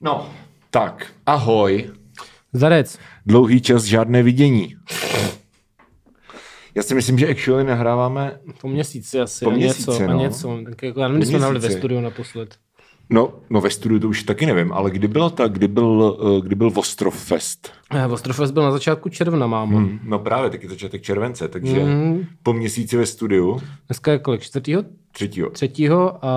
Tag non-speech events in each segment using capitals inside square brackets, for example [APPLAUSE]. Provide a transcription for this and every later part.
No, tak, ahoj. Zarec. Dlouhý čas žádné vidění. Já si myslím, že actually nahráváme... Po měsíci asi. Po Po měsíci, měsíci, něco, no. no. něco. Tak jako, já nevím, kdy jsme měsíci. nahli ve studiu naposled. No, no ve studiu to už taky nevím, ale kdy bylo tak, kdy byl, eh, kdy byl Ostrov Fest? Eh, Ostrofest byl na začátku června, mámo. Hmm. No právě, taky začátek července, takže Mm. po měsíci ve studiu, Dneska je kolik? Čtvrtýho? třetího. Třetího a,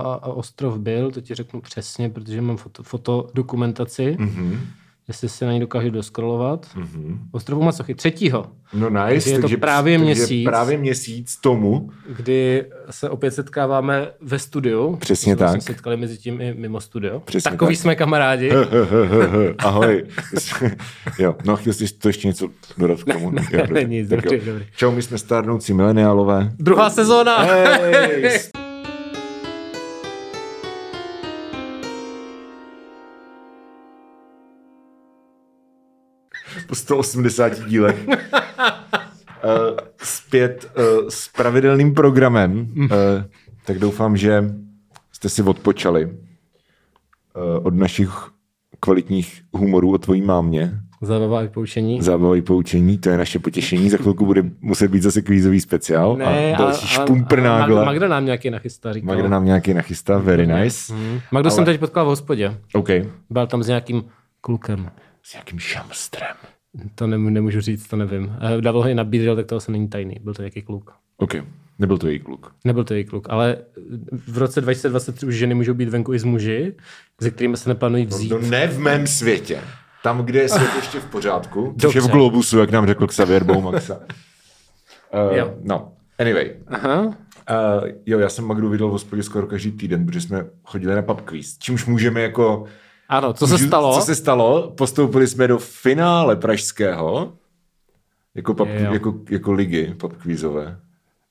a, a Ostrov byl, to ti řeknu přesně, protože mám foto, fotodokumentaci, Mhm, jestli si na ní dokážu doskrolovat. mhm. Ostrovu Masochy, třetího, No nice, Takže je to takže, právě takže měsíc. právě měsíc tomu. kdy se opět setkáváme ve studiu. Přesně To jsme tak. Se setkali mezi tím i mimo studio. Přesně Takový tak. [LAUGHS] jsme kamarádi. [LAUGHS] Ahoj. jo, no chtěl jsi to ještě něco dodat k tomu? Ne, ne, nic, dobrý, dobrý. Čau, my jsme stárnoucí mileniálové. Druhá sezóna. Eh. Hej! Po 180 dílech. Eh, Zpět eh, s pravidelným programem. Eh, Tak doufám, že jste si odpočali eh, od našich kvalitních humorů o tvojí mámě. Zábava i poučení. Zábava i poučení, to je naše potěšení. Za chvilku bude muset být zase kvízový speciál Ne, a další a- a- špumpr Magda, Magda nám nějaký nachystá, říkala. Magda nám nějaký nachystá, very nice. Hmm. Magdu Ale- jsem teď potkal v hospodě. OK. Byl tam s nějakým klukem. S jakým šamstrem. To nemů- nemůžu říct, to nevím. Eh, Dával ho i nabídl, tak to asi není tajný. Byl to nějaký kluk. OK, nebyl to její kluk. Nebyl to její kluk, ale eh, v roce 2023 už ženy můžou být venku i s muži, se kterými se neplánují vzít. No ne v mém světě. Tam, kde je svět ještě v pořádku. Což je v Dobře. Globusu, jak nám řekl Xavier [LAUGHS] Boumaxa. uh, Jo. No, anyway. Aha. Uh, jo, já jsem Magdu viděl v hospodě skoro každý týden, protože jsme chodili na pub quiz. Čímž můžeme jako Ano, co se Můžu- stalo? Co se stalo? Postoupili jsme do finále pražského jako, pub, Jo. jako, jako ligy popkvízové.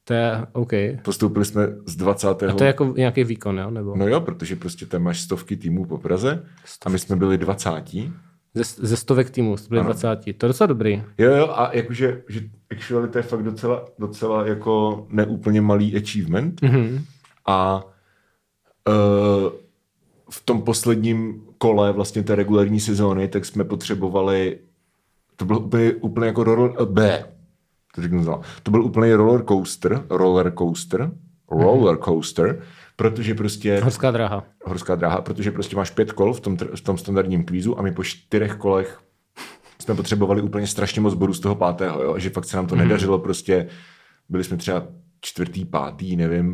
To je OK. Postoupili jsme z 20. To je jako nějaký výkon, jo? Nebo No jo, protože prostě tam máš stovky týmů po Praze a my jsme byli 20. ze, ze stovek týmů, to byly 20. To je docela dobrý. Jo, jo, a jakože, že actually to je fakt docela, docela jako neúplně malý Hm. achievement. Mhm. Mm-hmm. A uh, v tom posledním kole vlastně té regulární sezóny, tak jsme potřebovali, to byl úplně, úplně jako roller, B, to řeknu znala. To byl úplně roller coaster, roller coaster, roller coaster, protože prostě Horská dráha. horská dráha, protože prostě máš pět kol v tom, tr- v tom standardním kvízu a my po čtyřech kolech jsme potřebovali úplně strašně moc bodů z toho pátého, jo? že fakt se nám to mm. nedařilo, prostě byli jsme třeba čtvrtý, pátý, nevím,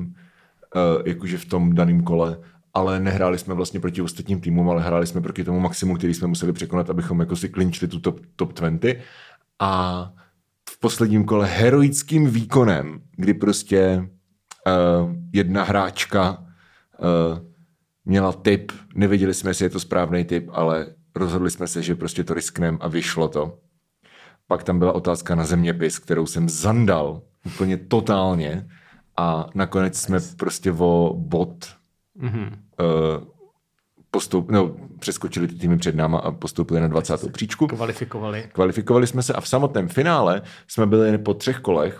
uh, jakože v tom daném kole, ale nehráli jsme vlastně proti ostatním týmům, ale hráli jsme proti tomu maximu, který jsme museli překonat, abychom jako si klinčili tu top, top 20 a v posledním kole heroickým výkonem, kdy prostě uh, jedna hráčka uh, měla tip, nevěděli jsme, jestli je to správný tip, ale rozhodli jsme se, že prostě to riskneme a vyšlo to. Pak tam byla otázka na zeměpis, kterou jsem zandal úplně totálně a nakonec jsme prostě o bod mm-hmm. uh, postup, no, přeskočili ty týmy před náma a postoupili na 20. příčku. Kvalifikovali. Kvalifikovali jsme se a v samotném finále jsme byli po třech kolech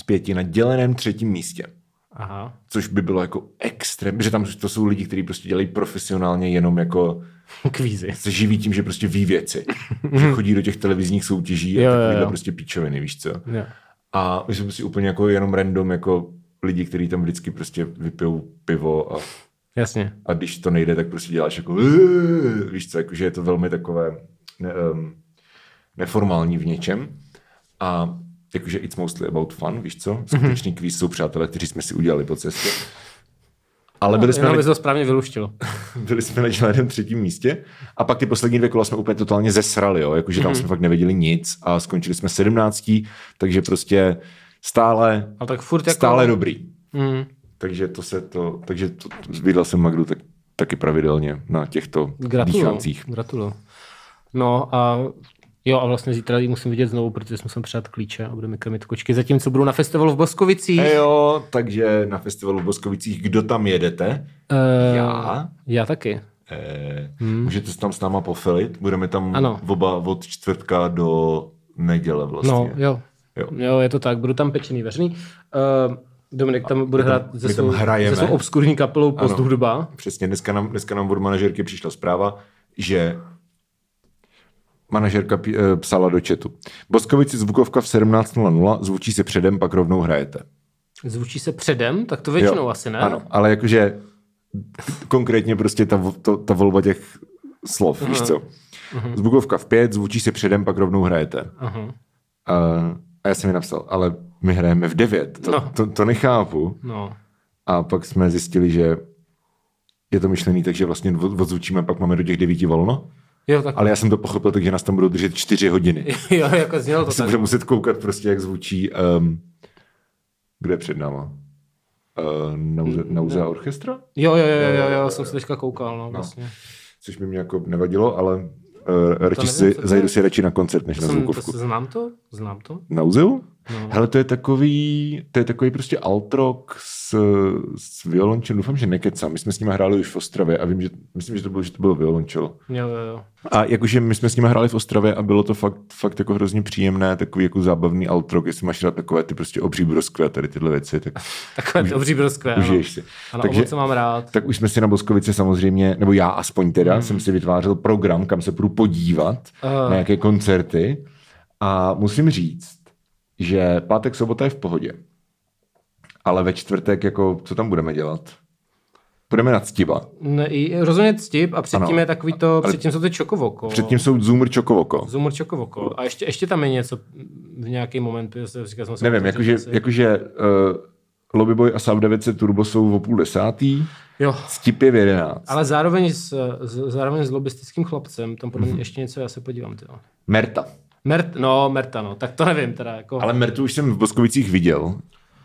z pěti na děleném třetím místě. Aha. [LAUGHS] Což by bylo jako extrém, že tam to jsou lidi, kteří prostě dělají profesionálně jenom jako Kvízy. se živí tím, že prostě ví [LAUGHS] věci. že chodí do těch televizních soutěží a Jo, jo, takovýhle jo. prostě píčoviny, víš co. Jo. A my jsme prostě úplně jako jenom random jako lidi, kteří tam vždycky prostě vypijou pivo a, Jasně. a když to nejde, tak prostě děláš jako víš co, jako, že je to velmi takové ne, um, neformální v něčem. A jakože it's mostly about fun, víš Mhm. co? Skutečný kvíz jsou přátelé, kteří jsme si udělali po cestě. Ale byli jsme Jenom na aby se No, to správně vyluštilo. byli jsme na žádném třetím místě a pak ty poslední dvě kola jsme úplně totálně zesrali, jo? jakože Mhm. tam jsme fakt nevěděli nic a skončili jsme 17, takže prostě stále, Ale tak furt jako... stále dobrý. Mm. Takže to se to, takže to, viděl jsem Magdu tak, taky pravidelně na těchto Gratuluju. dýchancích. Gratuluju. No a jo, a vlastně zítra ji musím vidět znovu, protože jsme sem přát klíče a budeme krmit kočky, zatímco budou na festivalu v Boskovicích. Ejo, takže na festivalu v Boskovicích, kdo tam jedete? Eh, Já? Já taky. Eh, Můžete se tam s náma pofilit, budeme tam Hmm. Ano. oba od čtvrtka do neděle vlastně. No, jo. Jo. jo. je to tak, budu tam pečený veřný. Uh, Dominik tam bude my tam- hrát se my tam svou, hrajeme. se svou obskurní kapelou Post Ano. hudba. Přesně, dneska nám, dneska nám od manažerky přišla zpráva, že manažerka pí- eh, psala do chatu. Boskovici zvukovka v 17.00, zvučí se předem, pak rovnou hrajete. Zvučí se předem, tak to většinou asi ne. no. Ano, ale jakože konkrétně prostě ta, vo- to, ta volba těch slov, víš Mhm. co. Zvukovka v pět, zvučí se předem, pak rovnou hrajete. Aha. A, a já jsem mi napsal, ale my hrajeme v devět, to, No. to, to nechápu. No. A pak jsme zjistili, že je to myšlený, takže vlastně od- odzvučíme, pak máme do těch devíti volno. Jo, tak... Ale já jsem to pochopil, takže nás tam budou držet čtyři hodiny. [LAUGHS] jo, jako znělo to Se tak. budu muset koukat prostě, jak zvučí, um, kde je před náma. Uh, Nauza, Mm, Nauza orchestra? Jo, jo, jo, jo, jo, jo, jsem se teďka koukal, no, vlastně. Což by mě jako nevadilo, ale uh, radši nevím, si, co to zajdu je. si radši na koncert, než na Jsem, zvukovku. prostě znám to? Znám to? Nauzil? No. Hele, to je takový, to je takový prostě altrok s, s violončelem. Doufám, že nekecám. My jsme s nimi hráli už v Ostravě a vím, že, myslím, že to bylo, že to bylo violončelo. Jo, jo, jo. A jakože my jsme s nimi hráli v Ostravě a bylo to fakt, fakt jako hrozně příjemné, takový jako zábavný altrok, jestli máš rád takové ty prostě obří broskve a tady tyhle věci, tak Takové dobří broskve, ano. užiješ si. Ano, Takže, ovoce mám rád. tak už jsme si na Boskovice samozřejmě, nebo já aspoň teda, jsem si vytvářel program, kam se půjdu podívat Ah. na jaké koncerty a musím říct, že pátek, sobota je v pohodě, ale ve čtvrtek jako, co tam budeme dělat? Půjdeme na Ctiba. Ne, i- rozhodně ctip a předtím Ano. je takový to, Ale- předtím jsou to čokovoko. Předtím jsou Zoomer Čokovoko. Zumor čokovoko. A ještě, ještě tam je něco v nějaký moment, protože říkal jsem se Nevím, jakože, jakože uh, Lobbyboy a Sav 900 Turbo jsou o půl desátý, Jo. Ctip je v jedenáct. Ale zároveň s, s, zároveň s lobistickým chlapcem, tam Mhm. podle mě ještě něco, já se podívám. Tyjo. Merta. Mert, no, Merta, no, tak to nevím teda, jako, Ale Mertu už jsem v Boskovicích viděl.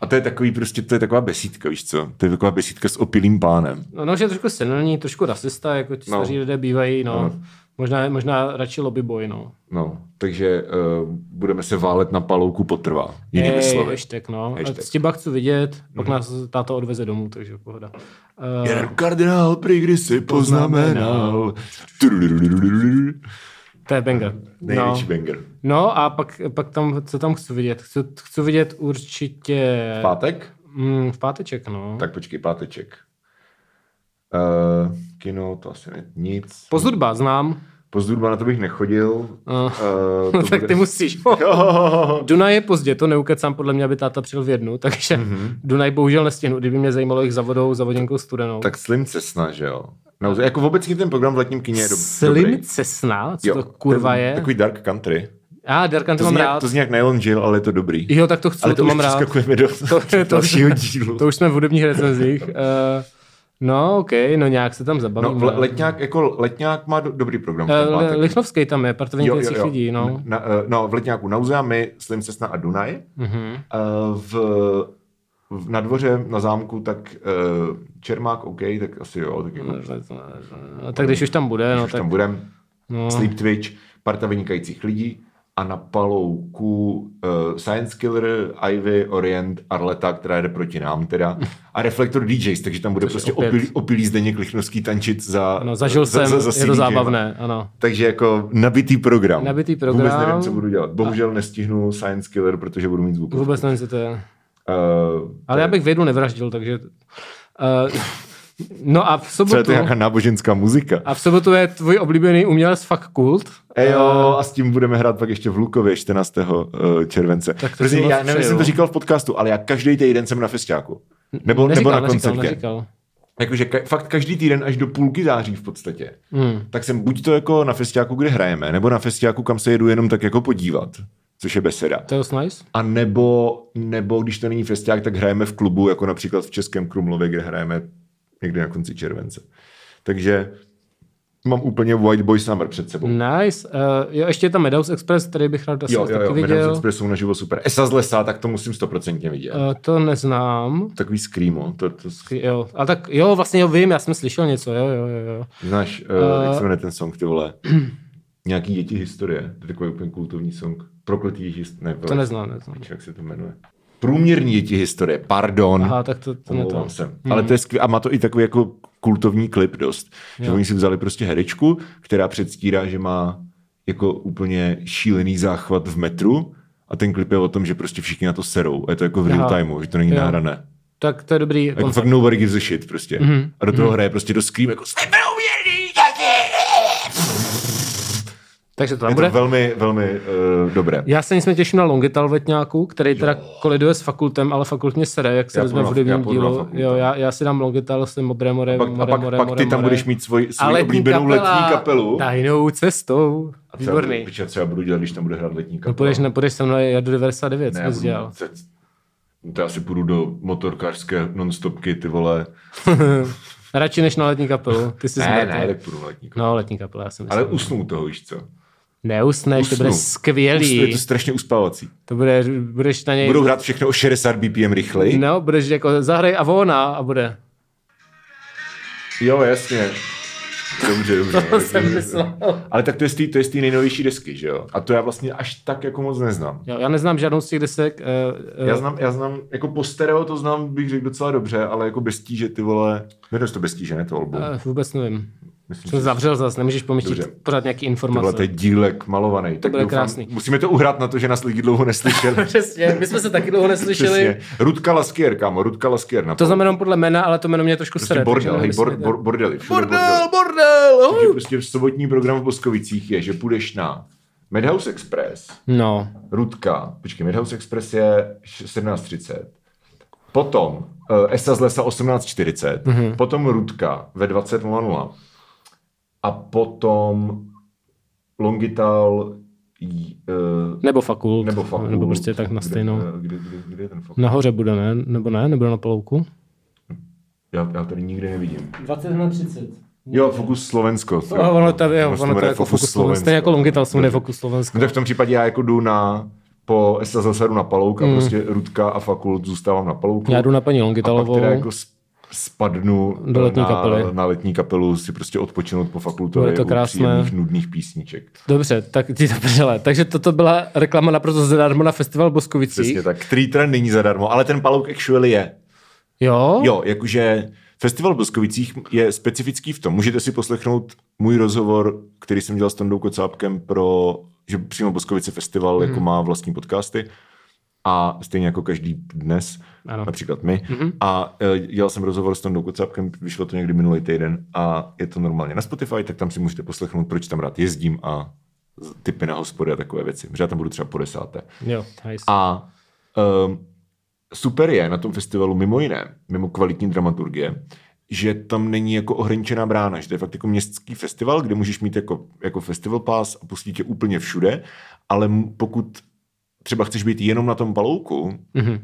A to je takový prostě, to je taková besídka, víš co? To je taková besídka s opilým pánem. no, no, že je trošku senilní, trošku rasista, jako ti No. staří lidé bývají, no, Ano. možná, možná radši lobbyboy, no. No, takže uh, budeme se válet na palouku potrvá. Jinými Ej, slovy. hashtag, no. Hashtag. Mhm. Hashtag. Stěba chci vidět, pak nás táta odveze domů, takže pohoda. Uh, Jeden kardinál prý kdy si poznamenal. Trulululululul. to je banger. No. Největší banger. no a pak, pak tam, co tam chci vidět? Chci, chci vidět určitě Pátek? mm, v páteček, no. Tak. Tak počkej, páteček. Uh, kino, to asi ne, nic. Pozudba, znám. Pozdruba na to bych nechodil. No. Uh, No, [LAUGHS] tak ty musíš. [LAUGHS] Dunaj je pozdě, to neukecám, podle mě, aby táta přijel v jednu, takže Mhm. mm-hmm. Dunaj bohužel nestihnu, kdyby mě zajímalo jich za vodou, za vodinkou studenou. Tak Slim Cessna, že jo? Naozaj, jako obecně ten program v letním kině je dob- dobrý. Slim Cessna, co jo, to kurva ten- je? Takový dark country. A, Darkan, to, To mám zní, rád. jak, to zní jak Nylon Jill, ale je to dobrý. Jo, tak to chci, ale to, to, už mám rád. přeskakujeme do [LAUGHS] To- to- dalšího dílu. To už jsme v hudebních recenzích. Uh, no, OK, no nějak se tam no, zabavíme. v le- letňák, jako letňák má do- dobrý program. v ten Eh, pátek. Lichnovský tam je, partovní těch lidí, no. Na, eh, no, v letňáku Nauzea, my, Slim Cessna a Dunaj. Mhm. Eh, v, v, na dvoře, na zámku, tak uh, Čermák, OK, tak asi jo. Tak jako, No, tak když už tam bude, no už tak... tam budem. No, Sleep Twitch, parta vynikajících lidí a na palouku uh, Science Killer, Ivy, Orient, Arleta, která jde proti nám teda, a Reflektor DJs, takže tam bude Což prostě opět- opilý, opilý Zdeněk Lichnovský tančit za no, zažil za, jsem, je to CDčkem. zábavné, ano. Takže jako nabitý program. Nabitý Vůbec program. nevím, co budu dělat. Bohužel nestihnu Science Killer, protože budu mít zvuk. Eh, Uh, Vůbec nevím, co to je. Ale já bych vědu nevraždil, takže... Uh, no a v to je sobotu... to nějaká náboženská muzika. A v sobotu je tvůj oblíbený umělec Fuck Kult. Eh, Ejo, a s tím budeme hrát pak ještě v Lukově 14. eh, července. to Prostě jsem moc já nevím, jestli přeju. jsem to říkal v podcastu, ale já každý týden jsem na festiáku. Nebo, Neříkal, nebo na neříkal, koncertě. neříkal. Jakože ka- fakt každý týden až do půlky září v podstatě. Hmm. Tak jsem buď to jako na festiáku, kde hrajeme, nebo na festiáku, kam se jedu jenom tak jako podívat, což je beseda. To je dost nice. A nebo, nebo když to není festiák, tak hrajeme v klubu, jako například v Českém Krumlově, kde hrajeme někdy na konci července. Takže mám úplně White Boy Summer před sebou. Nice. Uh, jo, ještě je tam Meadows Express, který bych rád asi Jo, jo, taky jo, Madame viděl. Express jsou naživo super. Esa z lesa, tak to musím stoprocentně vidět. Uh. Uh, to neznám. Takový screamo, to, to Ty Jo, a tak jo, vlastně jo, vím, já jsem slyšel něco, jo, jo, jo, jo. znáš, uh, uh. Eh. jak se jmenuje ten song, ty [CLEARS THROAT] vole. Nějaký děti historie, to je takový úplně kultovní song. Prokletý děti historie, ne, To neznám, neznám. jak se to jmenuje. Průměrní děti historie, pardon. Aha, tak to, to ne to. Hmm. Omlouvám se. Ale to je skvělé. A má to i takový jako kultovní klip dost. Že oni si vzali prostě herečku, která předstírá, že má jako úplně šílený záchvat v metru a ten klip je o tom, že prostě všichni na to serou. A je to jako v real Aha. timeu, že to není Jo. nahrané. tak to je dobrý Jako koncept. fakt nobody gives a shit prostě. Mhm. Mm-hmm. A do toho mm-hmm. hraje prostě do Scream jako "Jste neuvěrný děti!" Takže to tam Je to bude. velmi, velmi uh, dobré. Já se nicméně těším na Longital Vetňáku, který teda koliduje s fakultem, ale fakultně sere, jak se Já vezme v půjdu na- já hudebním půjdu na dílu. fakultu. Jo, já, já si dám Longital s tím modré more, Pak, more, a pak, more, pak more, ty tam more. budeš mít svoji, A svoji oblíbenou letní kapelu. Tajnou cestou. A třeba, Výborný. Piče, co já budu dělat, když tam bude hrát letní kapela? No půjdeš, ne, půjdeš se mnou, já do 99, Ne, ne, já jsem budu, dělal. se- no to já si půjdu do motorkářské nonstopky, ty vole. Radši než na letní kapelu. Ty jsi Ne, zmrt, ne, tak půjdu na letní kapelu. No, letní kapela, já si myslím. Ale usnu u toho, víš co? Neusneš, to bude Usnu. Usnu, Je skvělý. to strašně uspávací. To bude, budeš na něj... Budou hrát všechno o 60 BPM rychleji? No, budeš jako zahraj a ona a bude. Jo, jasně. Dobře, dobře. [LAUGHS] To jsem myslel. Ale tak to je z té- to je z té nejnovější desky, že jo? A to já vlastně až tak jako moc neznám. Jo, já neznám žádnou z těch desek. Uh, Já znám, já znám, jako po stereo to znám, bych řekl docela dobře, ale jako bez tíže ty vole, jmenuje se to bez tíže, ne to album. uh, vůbec nevím. Myslím, Jsem že zavřel zas, nemůžeš pomyštit Dobře. pořád nějaký tohle informace. to je dílek malovaný. To tak vlastně. bude krásný. Musíme to uhrát na to, že nás lidi dlouho [LAUGHS] neslyšeli. Přesně, my jsme se taky dlouho neslyšeli. Přesně. Rudka Laskier, kámo, Rudka Laskier. Na To znamená podle jména, ale to jméno mě trošku prostě sere. bordel, takže hej, nevím, bor, jestli- bor, bordely. všude bordel, bordel, Že uh. prostě sobotní program v Boskovicích je, že půjdeš na Madhouse Express, No, Rudka, počkej, Midhouse Express je š- 17.30, potom uh, Esa z lesa 18.40, Mhm. mm-hmm. potom Rudka ve 20.00 a potom Longital uh, nebo fakult. nebo Fakult. Nebo prostě tak na Kde- stejnou. eh, Kde, kde, kde je ten Fakult? Nahoře bude, ne? Nebo ne? Nebude na palouku? Já, já tady nikdy nevidím. 20 na 30. Jo, Fokus Slovensko. A No, ono to, jo, se ono to jmenuje jako Fokus Slovensko. Stejně jako Longital jsou nefokus Slovensko. No tak v tom případě já jako jdu na po Esa z lesa jdu na Palouk a prostě Rudka a Fakult zůstávám na Palouku. Hmm. Já jdu na paní a pak Longitalovou. teda jako s- spadnu eh, Do letní na, kapely. na letní kapelu si prostě odpočinout po fakultovi Bude to u krásné. příjemných nudných písniček. Dobře, tak ty to prdele. Takže toto byla reklama naprosto zadarmo na festival Boskovicí. Přesně tak, který teda není zadarmo, ale ten palouk actually je. Jo? Jo, jakože festival v Boskovicích je specifický v tom, můžete si poslechnout můj rozhovor, který jsem dělal s Tondou Kocápkem pro, že přímo Boskovice festival jako má vlastní podcasty a stejně jako každý dnes, Ano. ano. například my. Mm-hmm. A e, dělal jsem rozhovor s Tondou Kocápkem, vyšlo to někdy minulý týden a je to normálně na Spotify, tak tam si můžete poslechnout, proč tam rád jezdím a z- typy na hospody a takové věci. Že já tam budu třeba po desáté. Jo, nice. A um, super je na tom festivalu mimo jiné, mimo kvalitní dramaturgie, že tam není jako ohraničená brána, že to je fakt jako městský festival, kde můžeš mít jako, jako festival pass a pustí tě úplně všude, ale m- pokud třeba chceš být jenom na tom palouku, Mhm.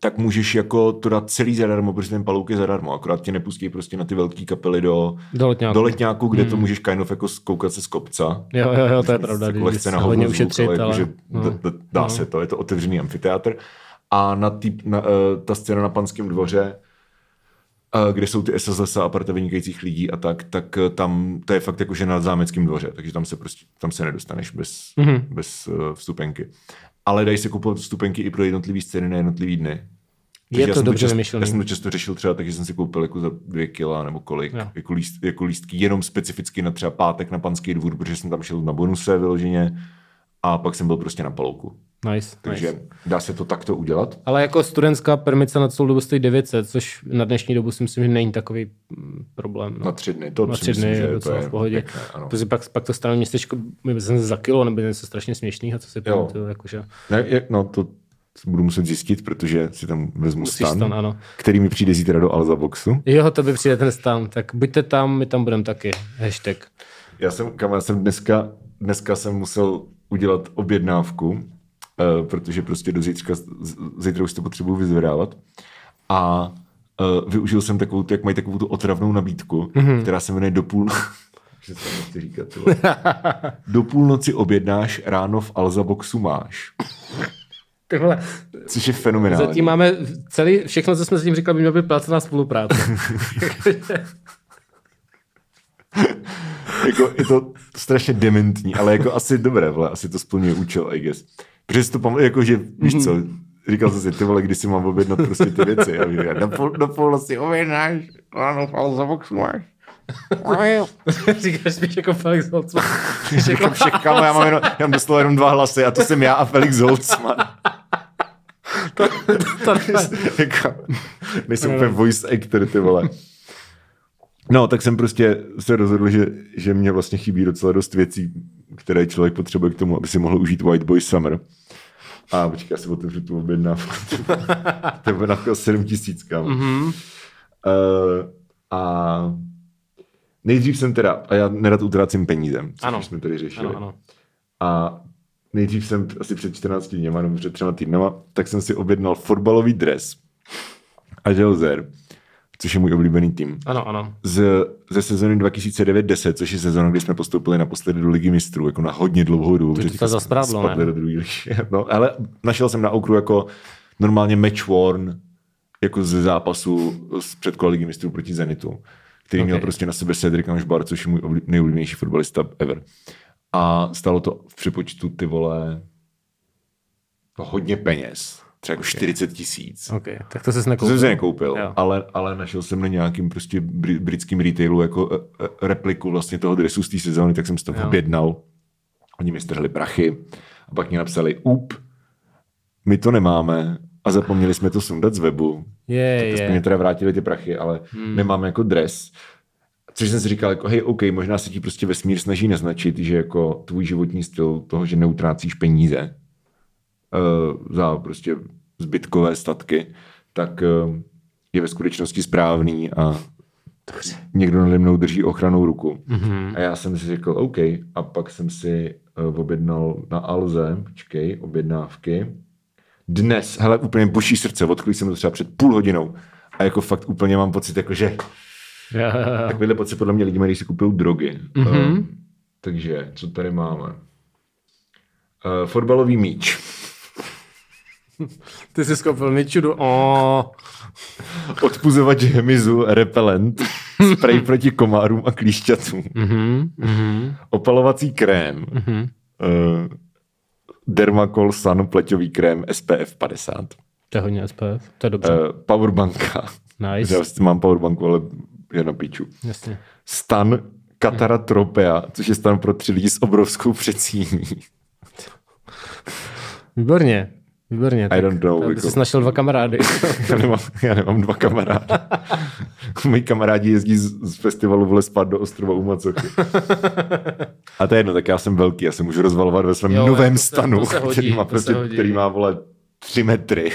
tak můžeš jako to dát celý zadarmo, protože ten palouk je zadarmo, akorát tě nepustí prostě na ty velké kapely do, Do letňáku. do letňáku, kde to můžeš kind of jako koukat se z kopca. Hmm. Jo, jo, jo, to je pravda. Jako když- když lehce se na hodně hovno ušetřit, zvuk, ale, ale... jakože no. d- d- dá se to, je to otevřený amfiteátr. A na tý, na, uh, ta scéna na Panském dvoře, eh, kde jsou ty SSS a parta vynikajících lidí a tak, tak eh, tam to je fakt jako, že na zámeckém dvoře, takže tam se prostě, tam se nedostaneš bez, mm-hmm. Mhm. bez uh, vstupenky. Ale dají se koupit vstupenky i pro jednotlivý scény na jednotlivý dny. Takže Je já to jsem dobře často, vymyšlený. Já jsem to často řešil třeba, takže jsem si koupil jako za dvě kila nebo kolik, Jo. jako, líst, jako lístky jenom specificky na třeba pátek na panský dvůr, protože jsem tam šel na bonuse vyloženě a pak jsem byl prostě na palouku. Nice, Takže nice. nice. dá se to takto udělat. Ale jako studentská permice na celou dobu stojí 900, což na dnešní dobu si myslím, že není takový mm, problém. No. Na tři dny. To na si tři myslím, dny je že docela to je v pohodě. Pěkné, ano. Protože pak, pak to stane městečko, my jsme za kilo nebo něco strašně směšného, co si pamatuju, jakože Ne, je, no to budu muset zjistit, protože si tam vezmu musíš stan, stan, ano. který mi přijde zítra do Alza Boxu. Jo, to by přijde ten stan, tak buďte tam, my tam budeme taky. Hashtag. Já jsem, kam, já jsem dneska, dneska jsem musel udělat objednávku, uh, protože prostě do zítřka, z- z- zítra už to potřebuji vyzvedávat. A uh, využil jsem takovou, tu- jak mají takovou tu otravnou nabídku, Mhm. mm-hmm. která se jmenuje do půl... [LAUGHS] že to nechci říkat, ty [LAUGHS] vole. do půlnoci objednáš, ráno v Alza Boxu máš. Tyhle, Což je fenomenální. zatím máme celý, všechno, co jsme zatím říkali, by mělo být placená spolupráce. jako, je to strašně dementní, ale jako asi dobré, vole, asi to splňuje účel, I guess. Protože si to pamatuju, jako že, víš co, říkal jsem si, ty vole, když si mám objednat prostě ty věci. A já, do, půl, do půlnoci objednáš, ráno fal za box máš. [LAUGHS] Říkáš spíš jako Felix [LAUGHS] Holzman. Jako všech, kámo, já mám, jenom, já mám doslova jenom dva hlasy a to jsem já a Felix Holtzman. To- to- [LAUGHS] jako, Nejsem úplně voice actor, ty vole. No, tak jsem prostě se rozhodl, že, že mě vlastně chybí docela dost věcí, které člověk potřebuje k tomu, aby si mohl užít White Boy Summer. A počkej, já si otevřu tu objednávku. [LAUGHS] to je objednávka 7 tisíc, kam. Mhm. Mm-hmm. Uh, a nejdřív jsem teda, a já nerad utrácím peníze, což Ano. ano. jsme tady řešili. Ano, ano. A nejdřív jsem asi před 14 dněma, nebo před třema týdnama, tak jsem si objednal fotbalový dres a želzer, což je můj oblíbený tým. Ano, ano. Z, ze sezóny 2009-10, což je sezóna, kdy jsme postoupili naposledy do Ligy mistrů, jako na hodně dlouhou dobu. To že tě teďka to zasprávlo, spadli ne? Do druhé ligy. [LAUGHS] No, ale našel jsem na okru jako normálně match worn, jako ze zápasu z předkola Ligy mistrů proti Zenitu, který okay. měl Ok. prostě na sebe Cedric Amžbar, což je můj oblí- nejoblíbenější fotbalista ever. A stalo to v přepočtu ty vole no hodně peněz, třeba jako 40 tisíc. OK, tak to ses To jsem nekoupil. si nekoupil, Jo. ale, ale našel jsem na nějakým prostě bri- britským retailu jako eh, eh, repliku vlastně toho dresu z té sezóny, tak jsem si to objednal. Oni mi strhli prachy a pak mi napsali up, my to nemáme a zapomněli jsme to sundat z webu. Je, Tak jsme je. teda vrátili ty prachy, ale hmm. nemáme jako dres. Což jsem si říkal, jako, hej, OK, možná se ti prostě vesmír snaží naznačit, že jako tvůj životní styl toho, že neutrácíš peníze uh, za prostě zbytkové statky, tak uh, je ve skutečnosti správný a někdo nade mnou drží ochranou ruku. Mm-hmm. A já jsem si řekl, OK, a pak jsem si uh, objednal na Alze, počkej, objednávky. Dnes, hele, úplně boží srdce, odkryl jsem to třeba před půl hodinou a jako fakt úplně mám pocit, jako že takovýhle pocit podle mě lidi mají, když si kupují drogy. Mm-hmm. Uh, takže, co tady máme? Uh, fotbalový míč. [LAUGHS] Ty jsi skoupil Ničudu. O, Odpuzovač hemizu, repelent, sprej proti komárům a klíšťatům, Mhm, opalovací krém, uh, Dermacol Sun pleťový krém SPF 50, to je hodně SPF. To je dobře. uh, powerbanka, Nice. já si mám powerbanku, ale je na píču, Jasně. stan Katara Tropea, což je stan pro tři lidi s obrovskou přecíní. Výborně. Výborně. I don't know. Aby jako- jsi našel dva kamarády. já, nemám, já nemám dva kamarády. Moji kamarádi jezdí z, z festivalu vole spát do ostrova Umacochy. A to je jedno, tak já jsem velký, já se můžu rozvalovat ve svém Jo, novém to se- stanu, to se hodí, který, má to se prostě, hodí. Mhm. který má vole tři metry.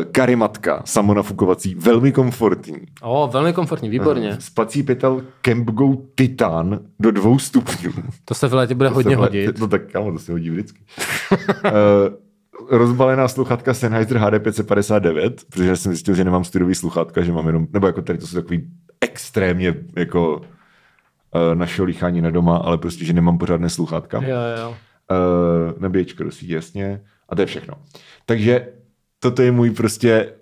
Eh, Karimatka, samonafukovací, velmi komfortní. O, velmi komfortní, Eh. výborně. Spací pytel Campgo Titan do dvou stupňů. To se v létě bude hodně Tohle- hodit. No tak kámo, to se hodí vždycky. [LAUGHS] uh, rozbalená sluchátka Sennheiser HD559, protože jsem zjistil, že nemám studiový sluchátka, že mám jenom, nebo jako tady to jsou takový extrémně jako uh, našeho líchání na doma, ale prostě, že nemám pořádné sluchátka. Jo, jo. Uh, nabíječka do sítě, jasně. A to je všechno. Takže toto je můj prostě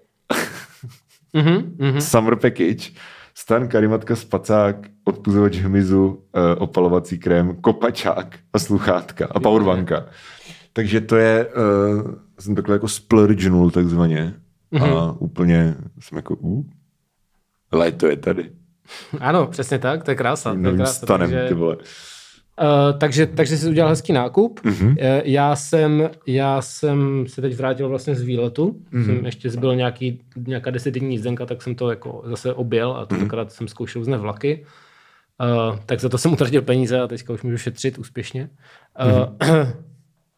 Mhm, mhm. summer package. Stan, karimatka, spacák, odpuzovač hmyzu, uh, opalovací krém, kopačák a sluchátka a powerbanka. Takže to je, uh, jsem takhle jako splurgenul takzvaně Mhm. a úplně jsem jako uh, léto je tady. Ano, přesně tak, to je krása. To je Novým krása stanem, takže- ty vole. Uh, takže, takže jsi udělal hezký nákup. Mm-hmm. Uh, já, jsem, já jsem se teď vrátil vlastně z výletu. Mm-hmm. Jsem ještě zbyl nějaký, nějaká desetidenní jízdenka, tak jsem to jako zase objel a tentokrát jsem zkoušel různé vlaky. Uh, tak za to jsem utratil peníze a teďka už můžu šetřit úspěšně. Uh, mm-hmm. [CLEARS THROAT]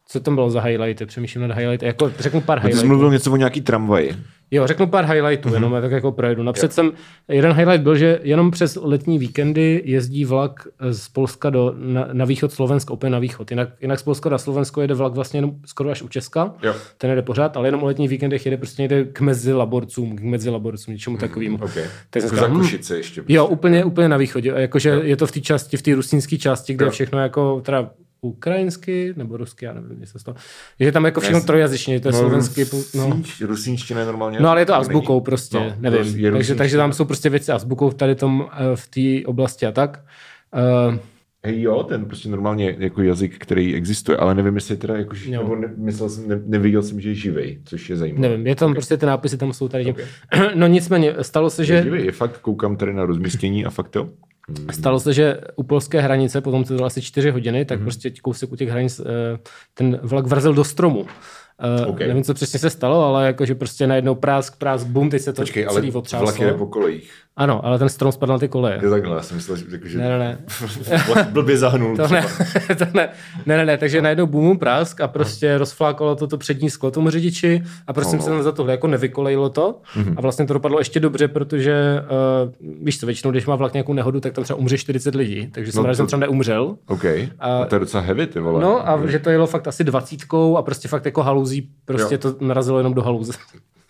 Co tam bylo za highlighty? Přemýšlím nad highlighty. Jako, řeknu pár Ty jsi highlightů. mluvil něco o nějaký tramvaji. Jo, řeknu pár highlightů, mm-hmm. Mhm. jenom já tak jako projedu. Napřed jsem, jeden highlight byl, že jenom přes letní víkendy jezdí vlak eh, z Polska do, na, na východ Slovensko, úplně na východ. Jinak, jinak z Polska na Slovensko jede vlak vlastně jenom skoro až u Česka. Jo. Ten jede pořád, ale jenom o letních víkendech jede prostě někde k mezi laborcům, k mezi laborcům, něčemu takovému. Okay. Tak jsem Mhm, Jako říkal, za hm. Košice ještě. Jo, úplně, úplně na východě. A Jakože je to v té části, v té rusínské části, kde Jo. je všechno jako teda ukrajinsky nebo rusky, já nevím, jestli se to... Je tam jako všechno Ne, trojazyčně, to je slovenský... No. rusínč- Rusínština je normálně. No ale je to není. azbukou prostě, No, no, nevím. to je takže, takže rusínština. tam jsou prostě věci azbukou v tady tom, eh, v té oblasti a tak. Uh, Hej jo, ten prostě normálně jako jazyk, který existuje, ale nevím, jestli teda jako, že- Jo. nebo ne, myslel jsem, ne, neviděl jsem, že je živej, což je zajímavé. nevím, je tam okay. prostě ty nápisy, tam jsou tady. Okay. Okay. [CLEARS THROAT] No nicméně, stalo se, Je že, živej, je fakt, koukám tady na rozmístění a fakt jo. stalo se, že u polské hranice, Mhm. potom to bylo asi čtyři hodiny, tak mm-hmm. prostě kousek u těch hranic eh, ten vlak vrzel do stromu. Eh, Uh, OK. okay. Nevím, co přesně se stalo, ale jakože prostě najednou prásk, prásk, bum, teď se to Počkej, ale celý vlak jede po opřáslo. kolejích. Ano, ale ten strom spadl na ty koleje. Je takhle, já jsem myslel, že, jako, že Ne, ne, ne. vlak blbě zahnul. To třeba. ne, [LAUGHS] to ne. Ne, ne, ne, takže najednou boom, prask a prostě rozflákalo to, to přední sklo tomu řidiči a prostě No, no, no. Mhm. se za tohle jako nevykolejilo to mm-hmm. a vlastně to dopadlo ještě dobře, protože uh, víš co, většinou, když má vlak nějakou nehodu, tak tam třeba umře 40 lidí, takže jsem No rád, to- že jsem třeba neumřel. OK, a, to je docela heavy, ty vole. No a že to jelo fakt asi dvacítkou a prostě fakt jako haluzí, prostě Jo. jo. to narazilo jenom do haluze. [LAUGHS]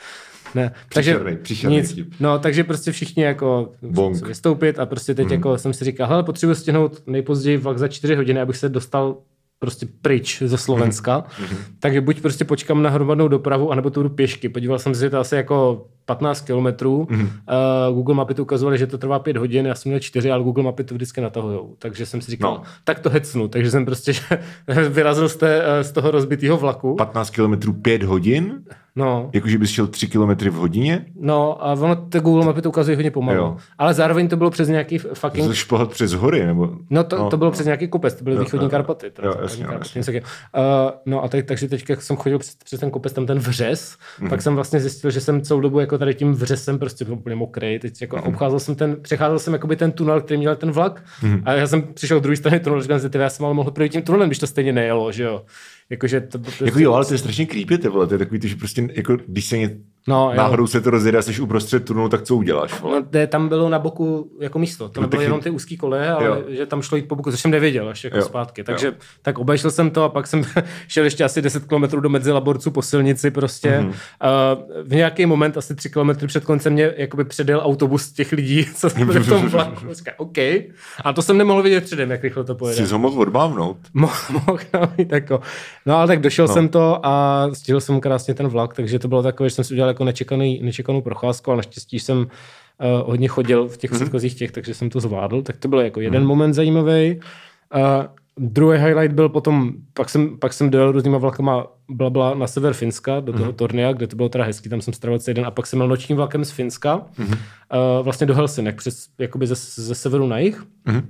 Ne, Příšerný, příšerný nic. vtip. No, takže prostě všichni jako Bonk. se vystoupit a prostě Mhm. teď mm. jako jsem si říkal, hele, potřebuji stihnout nejpozději vlak za čtyři hodiny, abych se dostal prostě pryč ze Slovenska. Mhm. takže buď prostě počkám na hromadnou dopravu, anebo to jdu pěšky. Podíval jsem se, je to asi jako 15 kilometrů. Mhm. Mm. Uh, Google mapy to ukazovaly, že to trvá pět hodin, já jsem měl čtyři, ale Google mapy to vždycky natahujou. Takže jsem si říkal, No. no. tak to hecnu. Takže jsem prostě [LAUGHS] vyrazil z, té, eh, z toho rozbitého vlaku. 15 km 5 hodin? No. Jakože bys šel 3 km v hodině? No a ono, ty Google mapy to ukazují hodně pomalu. Jo. Jo. Ale zároveň to bylo přes nějaký f- Jsi fucking... to šplhat přes hory, nebo? No to, no, no, to bylo přes nějaký kopec, to byly Jo, východní jo, Karpaty. teda jo, západní jasně, jo, Karpaty, jasně. něco takového. Uh, no a tak, takže teďka jsem chodil přes, přes ten kopec, tam ten vřes, Mhm. mm-hmm. pak jsem vlastně zjistil, že jsem celou dobu jako tady tím vřesem prostě byl úplně mokrý, teď jako Mhm. mm-hmm. obcházel jsem ten, přecházel jsem jakoby ten tunel, který měl ten vlak Mhm. mm-hmm. a já jsem přišel druhý strany tunelu, říkám si, ty já jsem ale mohl projít tím tunelem, když to stejně nejelo, že jo. Jakože to, to, to, Jako jo, ale to je strašně creepy, ty vole. To je takový, ty, že prostě, jako, když se ně... No, jo. náhodou se to rozjede a jsi uprostřed tunelu, tak co uděláš, vole? No, ne, tam bylo na boku jako místo. To nebylo taky- jenom ty úzký koleje, ale Jo. jo. že tam šlo jít po boku, což jsem nevěděl až jako Jo. zpátky. Jo. Takže tak obešel jsem to a pak jsem [LAUGHS] šel ještě asi 10 km do Mezilaborců po silnici prostě. Mhm. Mm-hmm. Uh, v nějaký moment, asi 3 km před koncem mě jakoby předjel autobus těch lidí, [LAUGHS] [LAUGHS] co jsme byli v tom vlaku. Říkám, OK. A to jsem nemohl vědět předem, jak rychle to pojede. Jsi ho mohl odbávnout. Mo- mohl být jako. No ale tak došel no. jsem to a stihl jsem krásně ten vlak, takže to bylo takové, že jsem si udělal jako nečekaný, nečekanou procházku a naštěstí jsem uh, hodně chodil v těch mm-hmm. předchozích těch, takže jsem to zvládl. Tak to byl jako jeden mm-hmm. moment zajímavý. Uh, druhý highlight byl potom, pak jsem, pak jsem dojel různýma vlakama blabla na sever Finska, do toho mm-hmm. Tornia, kde to bylo teda hezký, tam jsem strávil celý den a pak jsem jel nočním vlakem z Finska, mm-hmm. uh, vlastně do Helsinek, přes, jakoby ze, ze severu na jih. Mhm.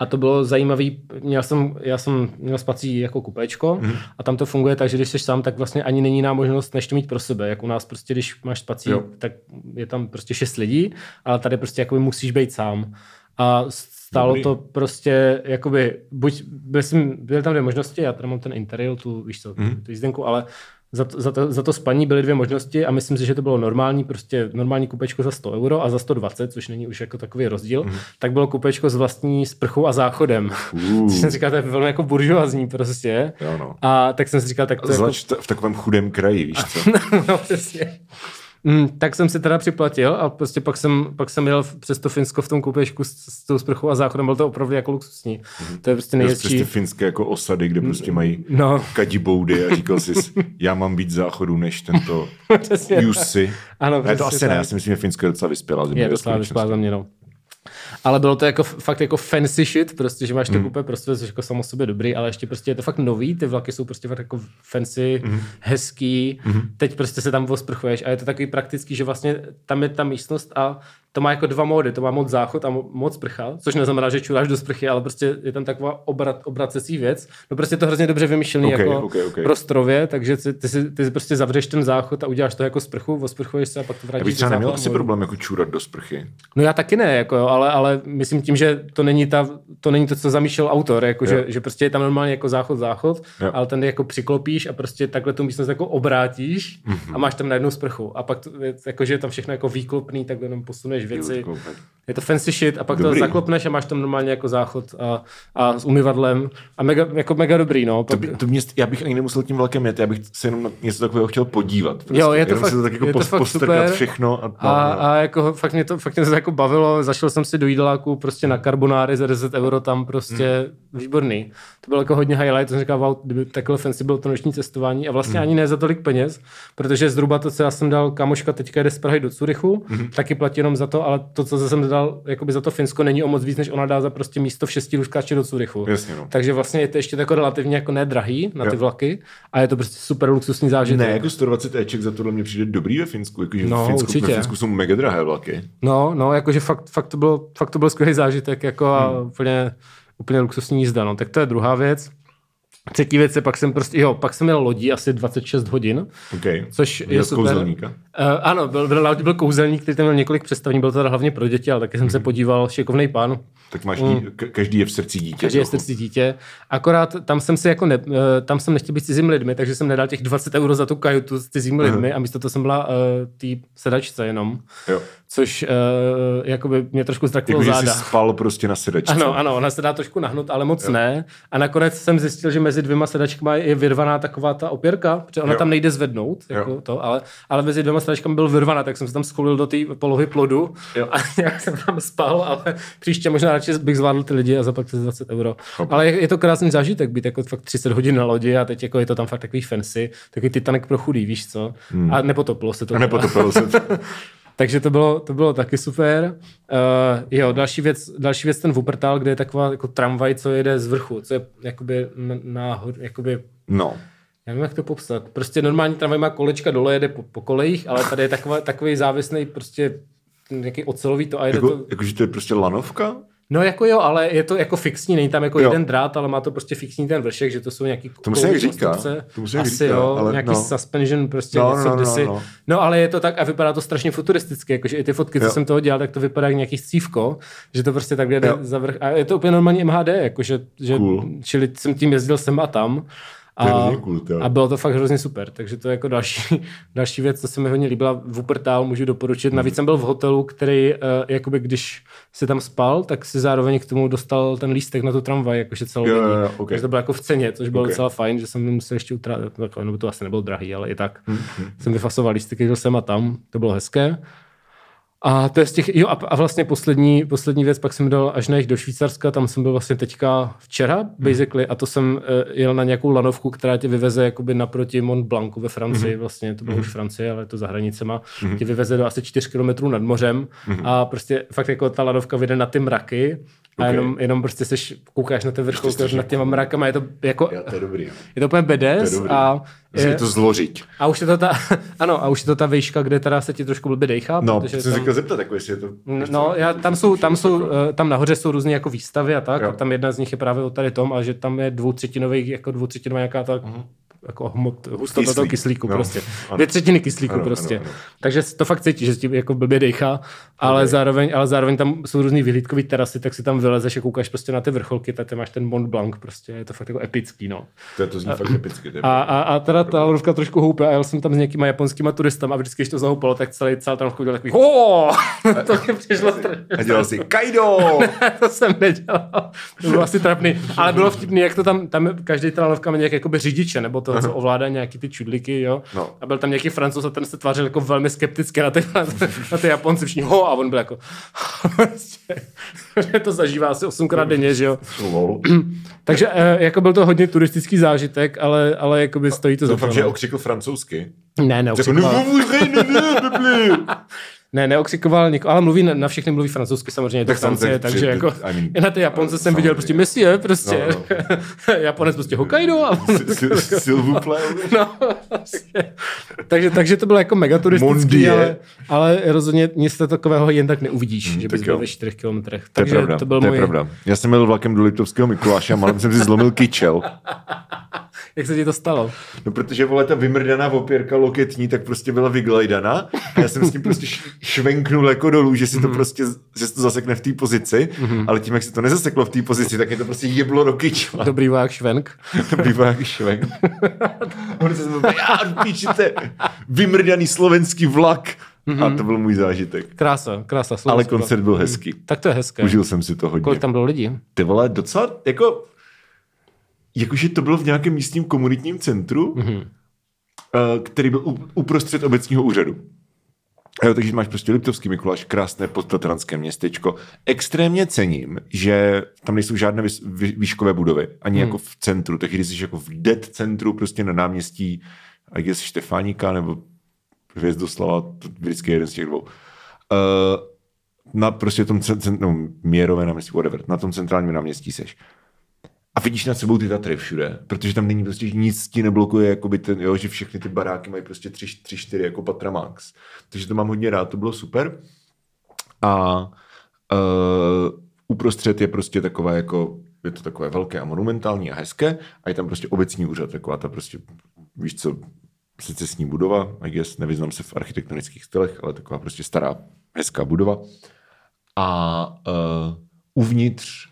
A to bylo zajímavý, měl jsem, já jsem měl spací jako kupečko Mhm. mm. a tam to funguje tak, že když jsi sám, tak vlastně ani není jiná možnost, než to mít pro sebe. Jak u nás prostě, když máš spací, Jo. jo. tak je tam prostě šest lidí, ale tady prostě jakoby musíš být sám. A stálo Dobrý. Dobrý. to prostě, jakoby, buď, byl jsem, byly tam dvě možnosti, já tady mám ten interior, tu, víš co, mm. tu jízdenku, ale za to, za, to, za to spaní byly dvě možnosti a myslím si, že to bylo normální, prostě normální kupečko za 100 euro a za 120, což není už jako takový rozdíl, mm. tak bylo kupečko s vlastní sprchou a záchodem. Uh. Což [LAUGHS] jsem říkal, to je velmi jako buržoazní prostě. Jo, no. A tak jsem si říkal, tak to jako Zvlášť v takovém chudém kraji, víš co? [LAUGHS] no, přesně. Mm, tak jsem si teda připlatil a prostě pak jsem, pak jsem jel v- přes to Finsko v tom koupěšku s, s tou sprchou a záchodem, bylo to opravdu jako luxusní. To je prostě Jsi Mhm. přes ty nejhezčí. finské jako osady, kde prostě mají No, kadiboudy a říkal jsi, já mám víc záchodu než [LAUGHS] tento přesně. Jussi. Ano, Ne, to přesně asi ne, tak. já si myslím, že Finsko je docela vyspělá země. Je ve docela skutečnosti. vyspá za mě, no. Ale bylo to jako, f- fakt jako fancy shit, prostě, že Hmm. máš to kupé prostě, což jako samo sobě dobrý, ale ještě prostě je to fakt nový, ty vlaky jsou prostě fakt jako fancy, Hmm. mm. hezký, mm. teď prostě se tam osprchuješ a je to takový praktický, že vlastně tam je ta místnost a to má jako dva módy, to má moc záchod a mo- moc sprcha, což neznamená, že čuráš do sprchy, ale prostě je tam taková obrat, obracecí věc. No prostě je to hrozně dobře vymyšlený Ok, jako ok, ok. prostorově, takže ty, ty, si, ty si prostě zavřeš ten záchod a uděláš to jako sprchu, osprchuješ se a pak to vrátíš. Já bych do třeba neměl záchodu asi dolů. problém jako čůrat do sprchy. No já taky ne, jako jo, ale, ale myslím tím, že to není, ta, to, není to, co zamýšlel autor, jako Jo. že, že, prostě je tam normálně jako záchod, záchod, Jo. jo. ale ten jako přiklopíš a prostě takhle tu místnost jako obrátíš Mhm. mm-hmm. a máš tam najednou sprchu. A pak to, je- jako, že je tam všechno jako výklopný, tak jenom posuneš věci. Jo, tak- Je to fancy shit a pak Dobrý. to zaklopneš a máš tam normálně jako záchod a, a s umyvadlem a mega, jako mega dobrý, no. To, Pak, by, to mě, já bych ani nemusel tím vlakem jet, já bych se jenom na něco takového chtěl podívat. Prostě. Jo, je to jenom fakt- se to tak jako je to post- fakt postrkat super. všechno. A, A, no, no. a jako fakt mě, to, fakt mě to jako bavilo, zašel jsem si do jídláku prostě na karbonáry za 10 euro tam prostě Mhm. hmm. výborný. To bylo jako hodně highlight, jsem říkal, wow, kdyby takhle fancy bylo to noční cestování a Mhm. vlastně hmm. ani ne za tolik peněz, protože zhruba to, co já jsem dal, kamoška teďka jde z Prahy do Curychu, Mhm. hmm. taky platí jenom za to, ale to, co jsem dal, jakoby za to Finsko není o moc víc, než ona dá za prostě místo v šesti ruškáči do Curychu. Jasně, no. Takže vlastně je to ještě jako relativně jako nedrahý na ty Jo. vlaky a je to prostě super luxusní zážitek. Ne, jako 120 Eček za tohle mě přijde dobrý ve Finsku. Jako, že No, v Finsku, určitě. Ve Finsku jsou mega drahé vlaky. No, no, jakože fakt, fakt, to, bylo, fakt to byl skvělý zážitek jako a úplně, úplně luxusní jízda, no. Tak to je druhá věc. Třetí věc je, pak jsem prostě, jo, pak jsem měl lodí asi 26 hodin, Okay. což Byl je z super. kouzelníka? Eh, ano, byl, byl, byl kouzelník, který tam měl několik představení, byl to teda hlavně pro děti, ale taky jsem se podíval, šikovnej pán, Tak máš dí, ka- každý je v srdci dítě. každý je trochu. srdci dítě. Akorát tam jsem si jako ne, eh, tam jsem nechtěl být s cizími lidmi, takže jsem nedal těch 20 euro za tu kajutu s cizími lidmi a místo toho jsem byla uh, tý sedačce jenom, Jo. což uh, jakoby mě trošku zdrakilo Jako, že jsi záda. spal prostě na sedačce. Ano, ano, ona se dá trošku nahnout, ale moc jo. ne. A nakonec jsem zjistil, že mezi dvěma sedačkama je vyrvaná taková ta opěrka, protože ona Jo. jo. tam nejde zvednout, jako to, ale, ale mezi dvěma sedačkami byl vyrvaná, tak jsem se tam skulil do té polohy plodu Jo. jo. a [LAUGHS] nějak jsem tam spal, ale příště možná radši bych zvládl ty lidi a zaplatil za 20 euro. Chápu. Ale je, je to krásný zážitek být jako fakt 30 hodin na lodi a teď jako je to tam fakt takový fancy, takový Titanic pro chudý, víš co? Hmm. A nepotopilo se to. A nepotopil se to. Takže to bylo, to bylo taky super. Uh, jo, další věc, další věc ten Wuppertal, kde je taková jako tramvaj, co jede z vrchu, co je jakoby n- náhod, jakoby, No. já nevím, jak to popsat. Prostě normální tramvaj má kolečka dole, jede po, po kolejích, ale tady je taková, takový závěsný prostě nějaký ocelový to a jede Jako, to... jakože to je prostě lanovka? No jako jo, ale je to jako fixní, není tam jako Jo. jo. jeden drát, ale má to prostě fixní ten vršek, že to jsou nějaký Tomu se nějak kovový říká. konstrukce. Tomu se nějak Asi říká, jo, ale nějaký no. suspension prostě No, no, něco no, no, no, kdysi. no. No, no. ale je to tak a vypadá to strašně futuristicky, jakože i ty fotky, co Jo. jsem toho dělal, tak to vypadá jak nějaký scívko, že to prostě tak jde Jo. za vrch. A je to úplně normální MHD, jakože, že, Cool. čili jsem tím jezdil sem a tam. To je A, hrozně cool, to. a bylo to fakt hrozně super, takže to je jako další, [LAUGHS] další věc, co se mi hodně líbila. Wuppertal můžu doporučit. Navíc jsem byl v hotelu, který, eh, jakoby když si tam spal, tak si zároveň k tomu dostal ten lístek na tu tramvaj, jakože celou Jo, jo, jo, ok. Takže to bylo jako v ceně, což bylo Ok. docela fajn, že jsem nemusel ještě utrácet, takhle, no to asi nebyl drahý, ale i tak Mhm, jsem vyfasoval lístek, jel jsem a tam, to bylo hezké. A to je z těch, jo a, a vlastně poslední, poslední věc, pak jsem dal až na jich do Švýcarska, tam jsem byl vlastně teďka včera, Hmm. basically, a to jsem uh, jel na nějakou lanovku, která tě vyveze jakoby naproti Mont Blancu ve Francii, Hmm. mm-hmm. vlastně to bylo mm-hmm. už Francie, ale je to za hranicema, mm-hmm. tě vyveze do asi 4 kilometrů nad mořem Hmm. mm-hmm. a prostě fakt jako ta lanovka vyjde na ty mraky a Ok. okay. jenom, jenom prostě seš, koukáš na ty vrcholky, nad těma mrakama, je to jako, Jo, to je dobrý. jo. je to úplně To je bedes dobrý. a Musím je, to zložit. a už je to ta, [LAUGHS] ano, a už je to ta výška, kde teda se ti trošku blbě dejchá, No, protože jsem se tam- říkal zeptat, jako jestli je to... No, já, tam jsou, tam jsou, eh, tam nahoře jsou různé jako výstavy a tak, Jo. a tam jedna z nich je právě o tady tom, a že tam je dvoutřetinový, jako dvoutřetinová nějaká ta jako hmot, hustota Mhm. Kyslík. toho kyslíku No, no. prostě. ano. Dvě třetiny kyslíku Ano, ano, prostě. ano, Ano, ano. ano. Takže to fakt cítí, že ti jako blbě dechá, ale, zároveň, ale zároveň tam jsou různý vyhlídkové terasy, tak si tam vylezeš a koukáš prostě na ty vrcholky, tak ty máš ten Mont Blanc prostě, je to fakt jako epický, no. To, je- to zní fakt epicky. to je- A, a, a teda ta lanovka trošku houpe a jel jsem tam s někýma japonskýma turistama a vždycky, když to zahoupalo, tak celý celá tam udělal takový "Ho!" [LAUGHS] To mi přišlo strašně. A dělal si Kaido! to jsem nedělal. To bylo asi trapný. Ale bylo vtipný, jak to tam, tam každý ta lanovka má nějak jakoby řidiče, nebo to, co ovládá nějaký ty čudliky, jo. No. A byl tam nějaký francouz a ten se tvářil jako velmi skepticky na ty, na, na ty Japonci všichni. Ho, a on byl jako... [LAUGHS] prostě, že to zažívá asi osmkrát denně, že jo. Lol. Takže eh, jako byl to hodně turistický zážitek, ale, ale jakoby stojí to za Doufám, to. že no. okřikl francouzsky. Ne, Řekl, neokřikoval. no, vůzej, ne, ne, blbli. Ne, neokřikoval nikoho, ale mluví, na, na všechny mluví francouzsky samozřejmě, tak Tak Francie, samozřejmě, takže to- jako I mean, no, na ty Japonce jsem samozřejmě. viděl prostě Messie, prostě. No, [LAUGHS] Japonec prostě [LAUGHS] Hokkaido. A on, S- s- Silvu Play. no, takže, takže to bylo jako megaturistický, Mondie. ale, ale rozhodně nic takového jen tak neuvidíš, že Hmm, bys tak byl jo. ve 4 kilometrech. To je Takže pravda, to byl to je můj, pravda. Já jsem jel vlakem do Liptovského Mikuláše a malem jsem si zlomil kyčel. jak se ti to stalo? No protože vole ta vymrdaná opěrka loketní tak prostě byla vyglejdaná a já jsem s tím prostě š- švenknul jako dolů, že si to prostě, že se to zasekne v té pozici, ale tím, jak se to nezaseklo v té pozici, tak je to prostě jeblo do kyčla. Dobrý vák švenk. To [LAUGHS] bývá jak [LAUGHS] švenk. Oni se zbyl, já píčete, vymrdaný slovenský vlak. A to byl můj zážitek. Krása, krása. Ale Slovensko. koncert byl hezký. Tak to je hezké. Užil jsem si to hodně. Kolik tam bylo lidí? Ty vole, docela, jako, jakože to bylo v nějakém místním komunitním centru, mm-hmm. který byl u- uprostřed obecního úřadu. A Jo, takže máš prostě Liptovský Mikuláš, krásné podtatranské městečko. Extrémně cením, že tam nejsou žádné vys- vy- výškové budovy, ani hmm. jako v centru. Takže když jsi jako v dead centru, prostě na náměstí, a je Štefánika nebo Hvězdoslava, to vždycky je jeden z těch dvou. Uh, na prostě tom cen, cen, no, Měrové náměstí, whatever, na tom centrálním náměstí seš. A vidíš nad sebou ty Tatry všude, protože tam není prostě nic ti neblokuje, jakoby ten, jo, že všechny ty baráky mají prostě tři, tři čtyři jako Patra Max. Takže to mám hodně rád, to bylo super. A uh, uprostřed je eh, prostě taková jako je to takové velké a monumentální a hezké a je tam prostě obecní úřad, taková ta prostě, víš co, secesní budova, I guess, nevyznám se v architektonických stylech, ale taková prostě stará, hezká budova. A uh, uvnitř,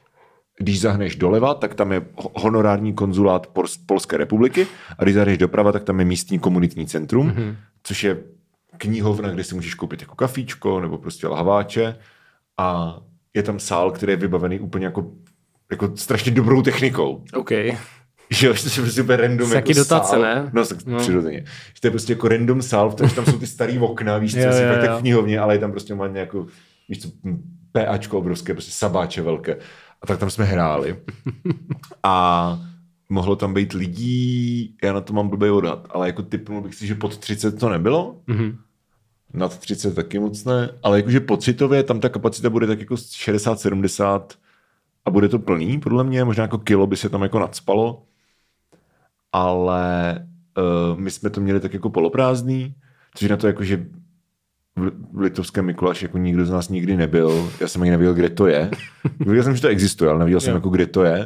když zahneš doleva, tak tam je ho- honorární konzulát Pors- Polské republiky a když zahneš doprava, tak tam je místní komunitní centrum, mm-hmm. což je knihovna, kde si můžeš koupit jako kafíčko nebo prostě lahváče a je tam sál, který je vybavený úplně jako, jako strašně dobrou technikou. OK. Že jo, [LAUGHS] že to je prostě úplně random S jaký jako dotace, sál. ne? No, tak No. no. přirozeně. Že to je prostě jako random sál, protože tam jsou ty starý okna, víš co, Jo, asi jo, fakt tak jo. v knihovně, ale je tam prostě normálně jako, víš co, m, PAčko obrovské, prostě sabáče velké. A tak tam jsme hráli. A mohlo tam být lidí, já na to mám blbý odhad, ale jako typnul bych si, že pod 30 to nebylo, Mhm. nad 30 taky moc ne, ale jakože pocitově tam ta kapacita bude tak jako 60-70 a bude to plný, podle mě, možná jako kilo by se tam jako nadspalo, ale uh, my jsme to měli tak jako poloprázdný, což je na to jako, že v Li- v Litovském Mikuláši jako nikdo z nás nikdy nebyl, já jsem ani nevěděl, kde to je. Věděl jsem, že to existuje, ale nevěděl jsem, Jo. jako, kde to je.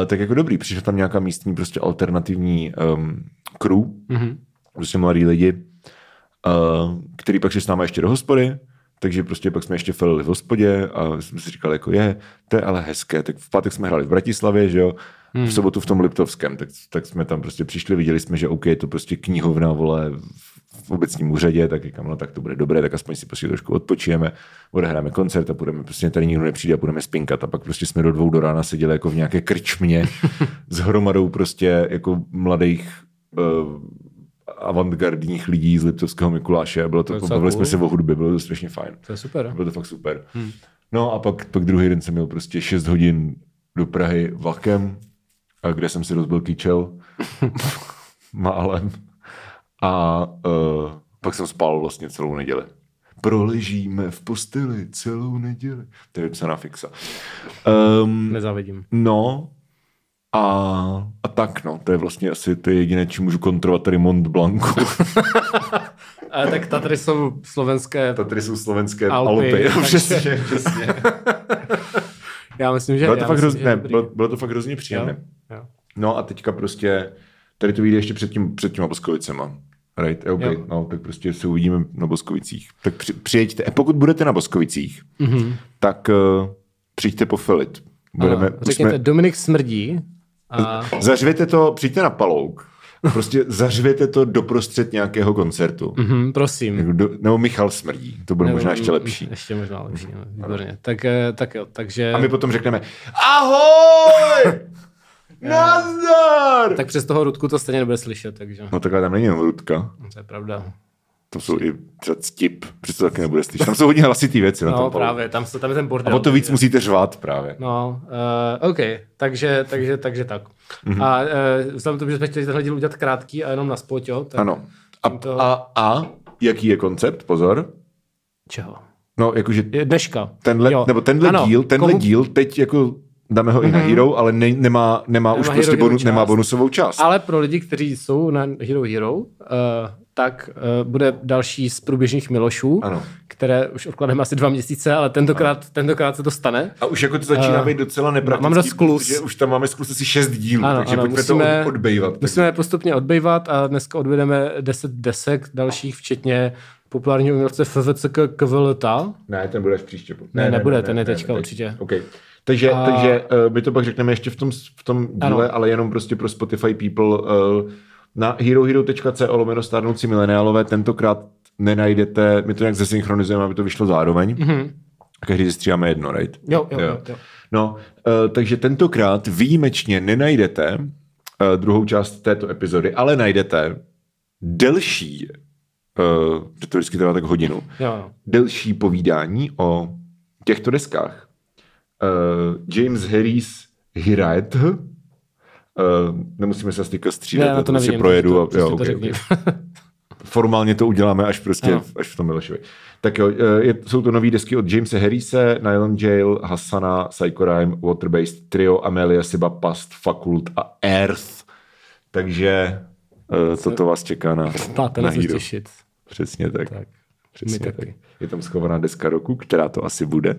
Uh, tak jako dobrý, přišla tam nějaká místní prostě alternativní um, crew, Mhm. prostě mladí lidi, uh, který pak šli s náma ještě do hospody, takže prostě pak jsme ještě felili v hospodě a jsme si říkali, jako je, to je ale hezké. Tak v pátek jsme hráli v Bratislavě, že jo, v sobotu v tom Liptovském, tak, tak jsme tam prostě přišli, viděli jsme, že OK, je to prostě knihovna, vole, v- v obecním úřadě, tak říkám, no tak to bude dobré, tak aspoň si prostě trošku odpočijeme, odehráme koncert a budeme prostě tady nikdo nepřijde a budeme spinkat. A pak prostě jsme do dvou do rána seděli jako v nějaké krčmě s hromadou prostě jako mladých eh, avantgardních lidí z Liptovského Mikuláše. a Bylo To je to, jako- docela bavili jsme cool. Hmm. se o hudbě, bylo to strašně fajn. To je super. Bylo to fakt super. Hmm. No a pak, pak druhý den jsem měl prostě 6 hodin do Prahy vlakem, a kde jsem si rozbil kyčel [LAUGHS] málem. A uh, pak jsem spal vlastně celou neděli. Proležíme v posteli celou neděli. To je vypsaná fixa. Um, Nezávidím. no a, a tak no, to je vlastně asi to je jediné, čím můžu kontrolovat tady Mont Blancu. Ale tak Tatry jsou [LAUGHS] slovenské. Tady jsou slovenské Alpy, Alpy. takže- Alpy. [LAUGHS] přesně, přesně. Já myslím, že... Bylo já to, fakt myslím, hrozně, že ne, dobrý. bylo, bylo to fakt hrozně příjemné. Jo? Jo. No a teďka prostě, tady to vyjde ještě před, tím, před těma Boskovicema. Right, OK, Jo. no tak prostě se uvidíme na Boskovicích. Tak při, přijeďte, eh, pokud budete na Boskovicích, Mhm. mm-hmm. tak uh, přijďte pofelit. Budeme, Ano, řekněte, Dominik smrdí. A... zařvěte to, přijďte na Palouk, prostě zařvěte to doprostřed nějakého koncertu. Mhm, prosím. Jako Do, nebo Michal smrdí, to bude Nebo- možná ještě lepší. Mhm. Ještě možná lepší, no, výborně. Tak, eh, tak jo, takže... A my potom řekneme, ahoj! [LAUGHS] Nazdar! Tak přes toho Rudku to stejně nebude slyšet, takže No takhle tam není jenom Rudka. to je pravda. Tam jsou i třeba ctip, přesto taky nebude slyšet. Tam jsou hodně hlasitý věci na No, tom no Pavlu. právě, tam, se, tam je ten A bordel. o to víc musíte řvát právě. No, uh, OK, takže, takže, takže tak. Mhm. Mm-hmm. A uh, vzhledem k tomu, že jsme chtěli tenhle díl udělat krátký a jenom na spot, jo? Tak Ano. A, Tímto- a, a jaký je koncept? Pozor. Čeho? No, jakože Je Dneška. tenhle, Jo. nebo tenhle Ano, díl, tenhle komu- Mhm. díl teď jako dáme ho i na Hero, ale ne, nemá, nemá, už Nemá prostě Hero Hero bonu, část. nemá bonusovou část. Ale pro lidi, kteří jsou na Hero Hero, uh, tak uh, bude další z průběžných Milošů, Ano. které už odklademe asi dva měsíce, ale tentokrát, tentokrát se to stane. A už jako to začíná Eh, být docela nepraktický, mám dost klus. protože už tam máme sklus asi šest dílů, ano, takže ano, pojďme musíme, to od- odbejvat. Musíme postupně odbejvat a dneska odvedeme 10 desek dalších, včetně populárního umělce FVCK Kvlta. Ne, ten bude až příště. Ne, nebude, ten je teďka určitě. Okay. Takže, A- a... takže uh, my to pak řekneme ještě v tom, v tom díle, Ano. ano. ale jenom prostě pro Spotify people uh, na herohero.co lomeno stárnoucí mileniálové tentokrát nenajdete, my to nějak zesynchronizujeme, aby to vyšlo zároveň. Mm-hmm. Každý zestříháme jedno, right? Mhm. Jo, jo, jo, jo. No, uh, takže tentokrát výjimečně nenajdete uh, druhou část této epizody, ale najdete delší, uh, to vždycky trvá tak hodinu, Jo, no. jo. delší povídání o těchto deskách. Uh, James Harris Hiraet, uh, nemusíme se styka střídat, Ne, na to nevidím. si prostě projedu. to, a, jo, okay, [LAUGHS] okay. Formálně to uděláme až prostě Ano. v, až v tom Milošovi. Tak jo, eh, je, jsou to nové desky od Jamesa Harrise, Nylon Jail, Hassana, Psycho Rhyme, Waterbased Trio, Amelia Siba, Past, Fakult a Earth. Takže eh, toto vás čeká na, Máte na na co Hero. těšit. Přesně tak. Tak. Přesně My taky. tak. Je tam schovaná deska roku, která to asi bude.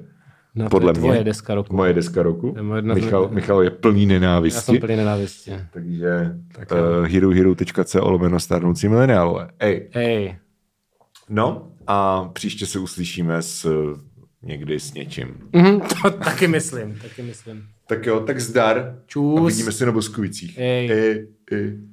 No, Podle to je mě. tvoje deska roku. Moje deska roku. To je moje jedna z- Michal, Michal je plný Já jsem nenávisti. plný nenávisti. Takže Tak tak uh, herohero.co lomeno starnoucí mileniálové. Ej, Hej, [LAUGHS] no a příště se uslyšíme s eh, někdy s něčím. mhm, to taky myslím, taky myslím. Tak jo, tak zdar. Čus. A vidíme se na boskujících. Ej. Ej, ej.